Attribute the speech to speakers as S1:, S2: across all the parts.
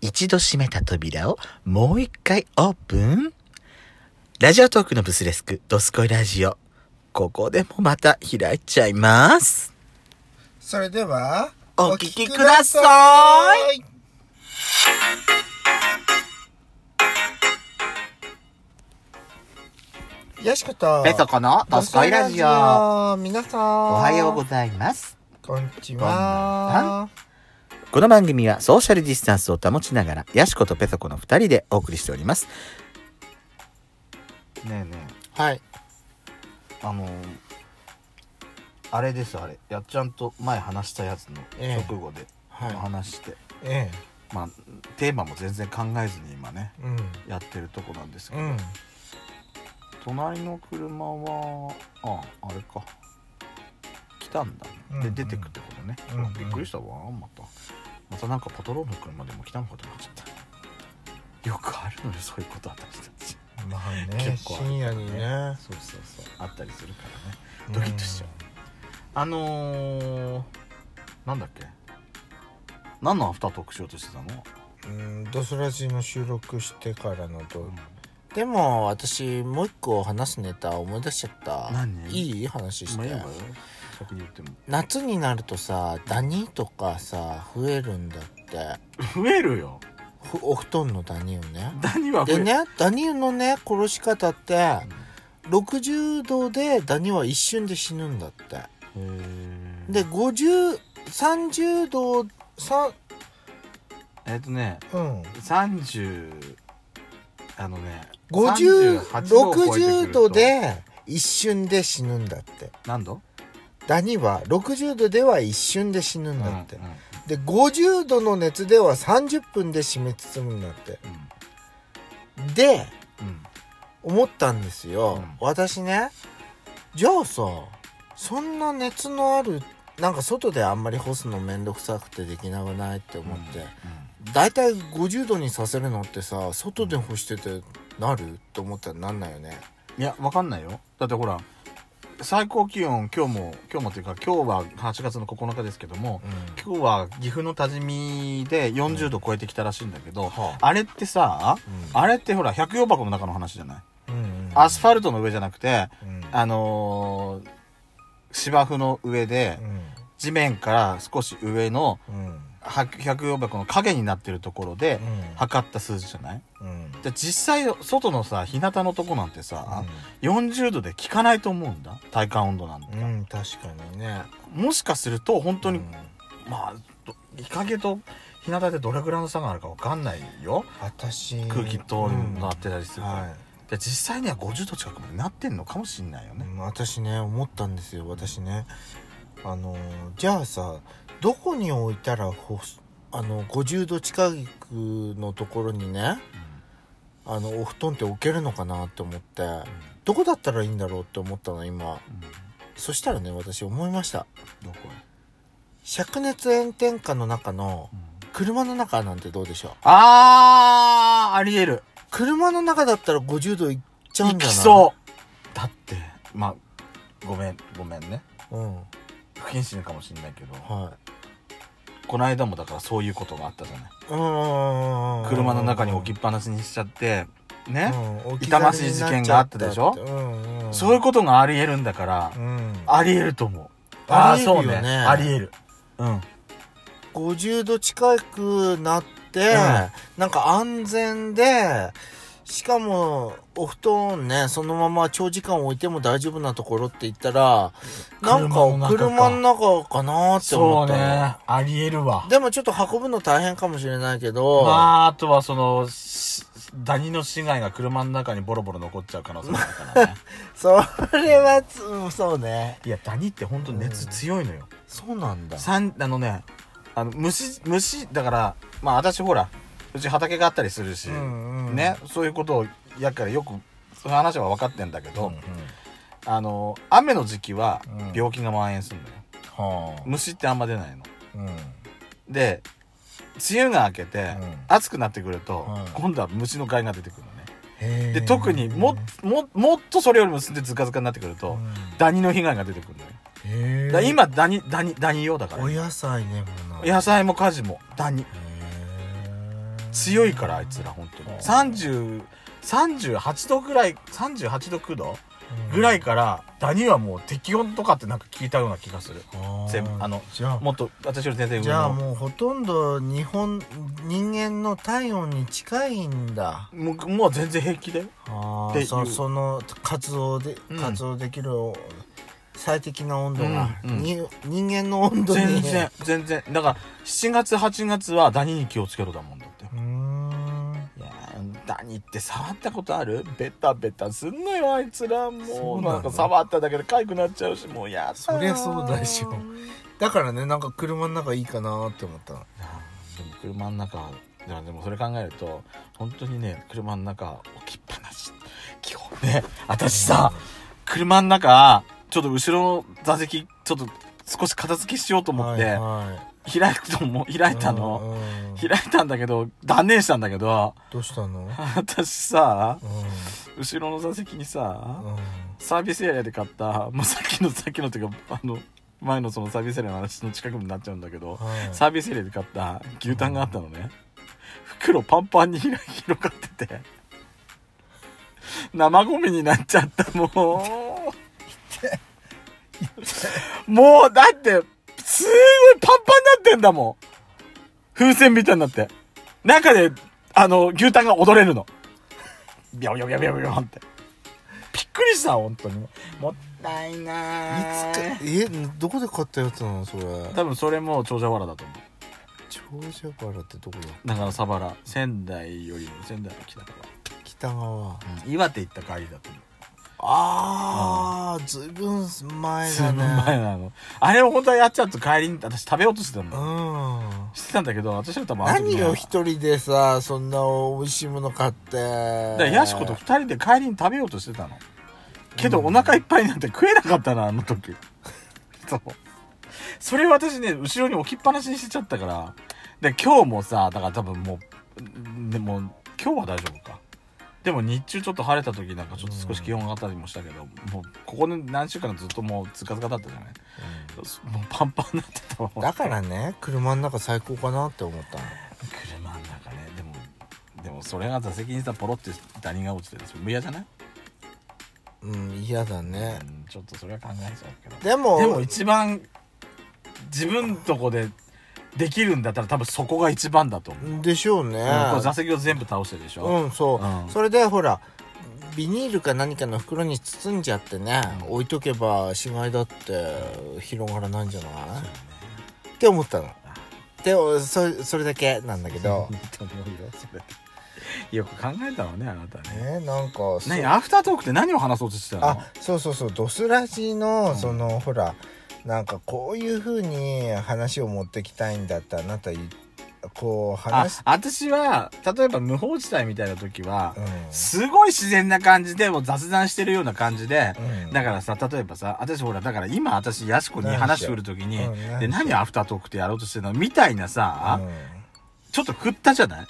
S1: 一度閉めた扉をもう一回オープンラジオトークのブスレスク、ドスコイラジオ。ここでもまた開いちゃいます。
S2: それでは、
S1: お聞きくださ
S2: い。よしこと。
S1: ペソコのドスコイラジオ。
S2: オ。皆さん。
S1: おはようございます。
S2: こんにちは。
S1: この番組はソーシャルディスタンスを保ちながら、ヤシコとペソコの二人でお送りしております。
S3: ねえね
S2: はい。
S3: えあのーあれですあれやっちゃんと前話したやつの
S2: ええ
S3: 直後で
S2: はい
S3: 話して、
S2: え
S3: まあテーマも全然考えずに今ね
S2: え。うん。
S3: やってるとこなんですけ
S2: う
S3: ど、
S2: ん。
S3: 隣の車はああれか来たんだ、
S2: うんうん
S3: で出てくってことね、
S2: うんうん
S3: びっくりしたわまたまたなんかパトロールの車でも来たのかと思っちゃったよくあるのよそういうこと私たち
S2: まあね、
S3: 結構ある
S2: 深夜にね。
S3: そうそうそうあったりするからねドキッとしちゃうあのー、なんだっけ何のアフタートークしようとしてたの、
S2: うん。うん、ドスラジの収録してからのと。
S3: う
S2: でも、私、もう一個話すネタ思い出しちゃった。
S3: 何
S2: いい話して。
S3: まあ、いいわよ先に言っても
S2: 夏になるとさダニとかさ増えるんだって
S3: 増えるよ
S2: ふお布団のダニをね
S3: ダニは増え
S2: で
S3: る、
S2: ねダニのね殺し方って60度でダニは一瞬で死ぬんだって
S3: うん
S2: で5030度3
S3: えっとね
S2: うん
S3: 30あのね38度を超えてくる
S2: 5060
S3: と
S2: 度で一瞬で死ぬんだって
S3: 何度
S2: ダニは60度では一瞬で死ぬんだって、
S3: うんうん
S2: で50度の熱では30分で死滅するんだってで
S3: うん
S2: 思ったんですよ、
S3: うん
S2: 私ねじゃあさそんな熱のあるなんか外であんまり干すの面倒くさくてできなくないって思って、だいたい50度にさせるのってさ外で干しててなると思ったらなんないよね
S3: いやわかんないよだってほら最高気温今日も今日もというか今日は8月の9日ですけども、今日は岐阜の多治見で40度超えてきたらしいんだけど、
S2: は
S3: あれってさ、
S2: うん
S3: あれってほら百葉箱の中の話じゃない、
S2: うんうん
S3: アスファルトの上じゃなくて、
S2: うん
S3: あのー芝生の上で、
S2: う
S3: 地面から少し上の
S2: んうん
S3: は百葉箱の影になってるところで、
S2: うん
S3: 測った数字じゃない
S2: うん
S3: で実際外のさ日向のとこなんてさ、40度で効かないと思うんだ体感温度なんて、
S2: うんうん確かにね
S3: もしかすると本当に
S2: うん
S3: まあど日陰と日向でどれぐらいの差があるかわかんないよ
S2: 私
S3: 空気通るのなってたりす
S2: うん
S3: るから、
S2: はい
S3: で実際には50度近くまでなってんのかもしんないよね、
S2: うん私ね思ったんですよ私ねあのーじゃあさどこに置いたらほあの50度近くのところにねあのお布団って置けるのかなって思ってどこだったらいいんだろうって思ったの今そしたらね私思いました
S3: どこ
S2: 灼熱炎天下の中の車の中なんてどうでしょう
S3: あーありえる
S2: 車の中だったら50度いっちゃう
S3: 行
S2: んじ
S3: き
S2: ゃない
S3: そうだってまあごめんごめんね
S2: ううんは
S3: 不謹慎かもしんないけど
S2: い
S3: この間もだからそういうことがあったじゃない
S2: うんうんうんうん
S3: 車の中に置きっぱなしにしちゃってね、
S2: うん
S3: 痛ましい事件があったでしょ
S2: 置き去りになっちゃったってうんうん、
S3: そういうことがありえるんだから、
S2: うん、
S3: ありえると思う。
S2: あ
S3: あ
S2: りえ
S3: りえ
S2: るよ
S3: る
S2: ね
S3: よね。ありえる。うん。
S2: 50度近くなって、
S3: ん
S2: なんか安全でしかもお布団ねそのまま長時間置いても大丈夫なところって言ったらなんか
S3: 車の中か
S2: 車の中かなって思
S3: そう
S2: ったの
S3: ね。ありえるわ。
S2: でもちょっと運ぶの大変かもしれないけど、
S3: まあ、あとはその、しダニの死骸が車の中にボロボロ残っちゃう可能性もあるからね。
S2: それはつうんそうね
S3: いや、ダニって本当熱強いのよ。
S2: そうなんだ
S3: さん、あのね、あの、虫、虫、だから、まあ私ほら、うち畑があったりするし、
S2: うんうん
S3: ね、そういうことをやっからよく、その話は分かってんだけど、
S2: うん
S3: あの、雨の時期は
S2: うん
S3: 病気が蔓延するのよ。
S2: は
S3: 虫ってあんま出ないの。
S2: あうん
S3: で梅雨が明けて、
S2: うん
S3: 暑くなってくると、
S2: はい
S3: 今度は虫の害が出てくるのね
S2: へ
S3: で
S2: ー
S3: 特にもももっとそれよりもすんでズカズカになってくると、
S2: うん
S3: ダニの被害が出てくるのよ、
S2: へー
S3: だから今ダニダニダニ用だから
S2: お野菜ねもな
S3: 野菜も家事もダニ
S2: へー
S3: 強いからあいつら本当に
S2: うん
S3: 30 38度ぐらい38度9度ぐら
S2: い
S3: いからダニはもう適温とかってなんか聞いたような気がする全部あの
S2: じゃあ
S3: もっと私より全然上の
S2: じゃあもうほとんど日本人間の体温に近いんだ
S3: もうもう全然平気だよ
S2: あ
S3: ってい
S2: あ
S3: う
S2: そその活動で
S3: うん
S2: 活動できる最適な温度が、
S3: うんうん
S2: に人間の温度に
S3: 全然全然だから7月8月はダニに気をつけろだもんだって
S2: うーん
S3: いやーダニって触ったことあるベタベタすんのよあいつらも
S2: そううなの
S3: なんか触っただけで痒くなっちゃうしもうやだ
S2: そりゃそうだでしょだからねなんか車の中いいかなって思ったの
S3: あーでも車の中いやでもそれ考えると本当にね車の中置きっぱなし基本ね私さ車の中ちょっと後ろの座席ちょっと少し片付けしようと思って、
S2: はいは
S3: 開くとも開いたの、
S2: うんうん
S3: 開いたんだけど断念したんだけど
S2: どうしたの
S3: 私さ
S2: うん
S3: 後ろの座席にさ、
S2: うん
S3: サービスエリアで買った、まあ、さっきのさっきのっていうかあの前のそのサービスエリアの話の近くになっちゃうんだけど、
S2: はい
S3: サービスエリアで買った牛タンがあったのね袋パンパンに広がってて生ゴミになっちゃったもうもうだってすごいパンパンになってんだもん風船みたいになって中であの牛タンが踊れるのビョンビョンビョンビョンビョンってびっくりした本当にもったいない
S2: つかえどこで買ったやつなのそれ
S3: 多分それも長者原だと思う
S2: 長者原ってどこだ
S3: だからサバラ仙台よりも仙台の北か
S2: 北川
S3: ら、岩手行った帰りだと思う
S2: あーずいぶん前
S3: す
S2: だ
S3: ごい前
S2: ね
S3: なのあれを本当はやっちゃうと帰りに私食べようとしてた
S2: う
S3: の、
S2: ん
S3: してたんだけど私は多分あの時ね
S2: 何を一人でさそんな美味しいもの買って
S3: だからヤシコと二人で帰りに食べようとしてたのけどお腹いっぱいになって食えなかったなあの時 そうそれを私ね後ろに置きっぱなしにしてちゃったからで今日もさだから多分もうでも今日は大丈夫かでも日中ちょっと晴れた時なんかちょっと少し気温が上がったりもしたけど、もうここで何週間ずっともうつかつかだったじゃないもうパンパンになってたわ
S2: だからね車の中最高かなって思ったの
S3: 車の中ねでもでもそれが座席にさポロってダニが落ちてるそれ嫌じゃない、
S2: うん嫌だね
S3: うん、ちょっとそれは考えちゃうけど
S2: でも
S3: でも一番自分とこでできるんだったら多分そこが一番だと思う、
S2: でしょうね
S3: これ座席を全部倒してるでしょ、
S2: うんそう、
S3: うん
S2: それでほらビニールか何かの袋に包んじゃってね、
S3: うん
S2: 置いとけば死骸だって広がらないんじゃない、って思ったのでおそそれだけなんだけど
S3: いいと思うよそれ よく考えたのねあなたね
S2: ねなんかそ
S3: 何アフタートークって何を話そうとしてたの
S2: あそうそうそうドスラジのその、ほらなんかこういうふうに話を持ってきたいんだってあなたいこう
S3: あ
S2: 話し
S3: 私は例えば無法地帯みたいな時は、
S2: うん
S3: すごい自然な感じでもう雑談してるような感じで、
S2: うん
S3: だからさ例えばさ私ほらだから今私やしこに
S2: 何しよう
S3: 話振る時に、
S2: うん何し
S3: で
S2: よう
S3: 何アフタートークってやろうとしてるのみたいなさ、
S2: うん
S3: ちょっと振ったじゃない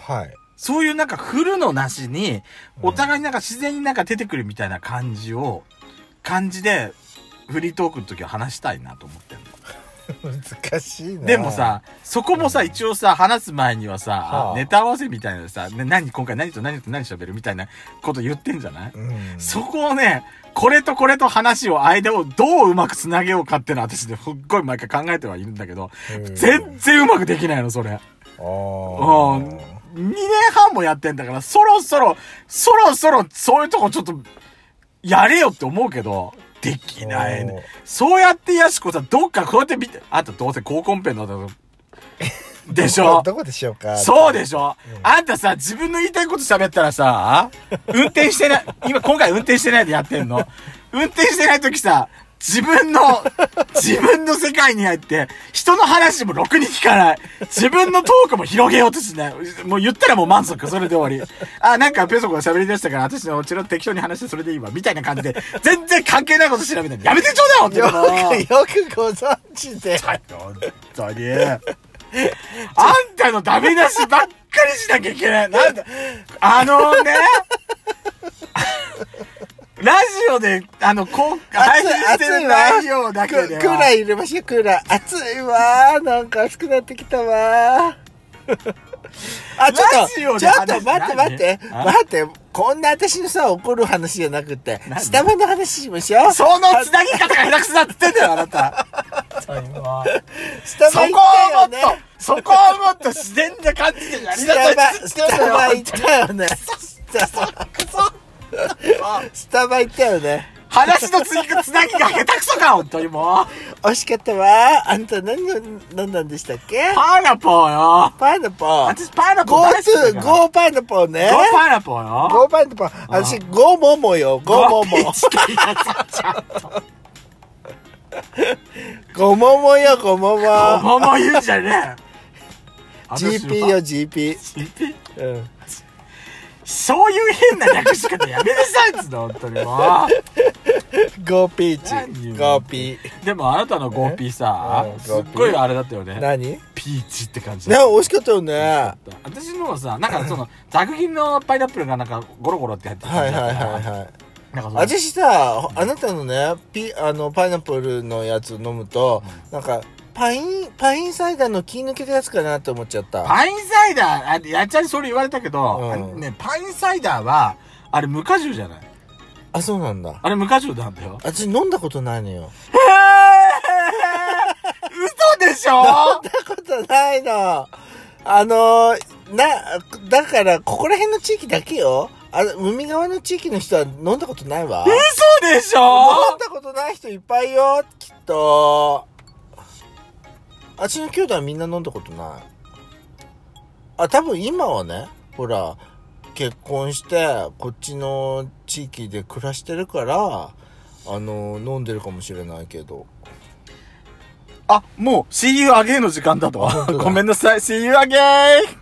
S2: はい
S3: そういうなんか振るのなしに、
S2: うん
S3: お互いなんか自然になんか出てくるみたいな感じを、感じで、フリートークの時は話したいなと思ってるの。
S2: 難しいな
S3: でもさ、そこもさ、一応さ、話す前にはさ、
S2: はあ
S3: ネタ合わせみたいなさ、ね、何、今回何と何と何喋るみたいなこと言ってんじゃない、
S2: うん
S3: そこをね、これとこれと話を間をどううまくつなげようかっていうのは私ね、すっごい毎回考えてはいるんだけど、
S2: うん
S3: 全然うまくできないの、それ。
S2: あ
S3: うん。
S2: ー
S3: 2年半もやってんだから、そろそろ、そろそろ、そういうとこちょっと、やれよって思うけど、できないね。そうやってやしこさん、どっかこうやって見て、あんたどうせ高コンペのだと、でしょ
S2: どこでしようか
S3: そうでしょ、あんたさ、自分の言いたいこと喋ったらさ、運転してない、 今今回運転してないでやってんの。運転してない時さ、自分の、自分の世界に入って、人の話もろくに聞かない。自分のトークも広げようとしない。もう言ったらもう満足。それで終わり。あ、なんかペソコが喋り出したから、私のちの適当に話してそれでいいわ。みたいな感じで、全然関係ないこと調べない。やめてちょうだよ
S2: よ
S3: ってもう
S2: くよくご存知で
S3: 本当に。あんたのダメ出しばっかりしなきゃいけない。なんだ、あのね、ラジオで、あの、今回してる内容だ
S2: ク
S3: け
S2: ク
S3: で
S2: ーラー
S3: は、
S2: 入れましょうクーラー暑いわーなんか暑くなってきたわあ、ちょ
S3: ラ
S2: っ
S3: ジオ
S2: と、
S3: で
S2: ちょっ
S3: 話
S2: と待って待って、
S3: 何
S2: 待って、こんな私のさ、怒る話じゃなくて、
S3: 何
S2: スタバの話しましょう。
S3: そのつなぎ方が下手くそだって言ってんだよ、あなた。
S2: スタ
S3: そこ
S2: バ行
S3: をも
S2: っ
S3: ったと
S2: よね。、
S3: そこをもっと自然な感じでやり
S2: ス
S3: なさい
S2: タ
S3: っ
S2: バ、
S3: つっ
S2: ス
S3: てんだよ。
S2: タバ行った よね。スタバスタバ行ったよね。
S3: 話のつぎつなぎが下手くそか、本当にもう。
S2: 惜しかったわ。あんた何を飲んだんでしたっけ
S3: パイナポーよ。
S2: パイナポー。
S3: 私パイナポー
S2: ゴー
S3: 大好きだ
S2: ツ
S3: か
S2: ー、
S3: ら。
S2: ゴーパイナポーね。
S3: ゴーパイナポーよ。
S2: ゴーパイナポー。私、ゴーモモよ。ゴーモモ。 ゴモモよ、ゴモモ。
S3: まあまあ言うんじゃねえ
S2: GP よ、GP。
S3: GP
S2: うん。
S3: そういう変な略し方やめなさいっつうの本当にもう
S2: ゴーピー
S3: 何
S2: チ。
S3: よ
S2: ゴーピー。
S3: でもあなたのゴーピーさ
S2: えうん
S3: すっごいあれだったよね
S2: 何ね、
S3: ピーチって感じ
S2: 美
S3: だっ
S2: 味しかったよね。は
S3: た私のはさなんかそのざく切りのパイナップルがなんかゴロゴロって入って
S2: い
S3: る感
S2: はい
S3: じだ
S2: は
S3: っ
S2: い
S3: たから
S2: はい。
S3: なんかその
S2: 私さ、あなたのね、ピ、あの、パイナップルのやつ飲むと、なんか、パイン、パインサイダーの気抜けたやつかなって思っちゃった。
S3: パインサイダーあやっちゃんにそれ言われたけ
S2: うん
S3: どあのねパインサイダーはあれ無果汁じゃない
S2: あ、そうなんだ。
S3: あれ無果汁なんだよ
S2: 私飲んだことないのよ。
S3: えー 嘘でしょ
S2: 飲んだことないの。あのーな、だから、ここら辺の地域だけよ。あの、海側の地域の人は飲んだことないわ。
S3: 嘘でし
S2: 飲
S3: ょ
S2: んだことない人いっぱいよ、きっと。あっちの兄弟はみんな飲んだことない。あ、多分今はね、ほら、結婚して、こっちの地域で暮らしてるから、あの、飲んでるかもしれないけど。
S3: あ、もう、See you again の時間だと
S2: 本当。だ
S3: ごめんなさい、See you again!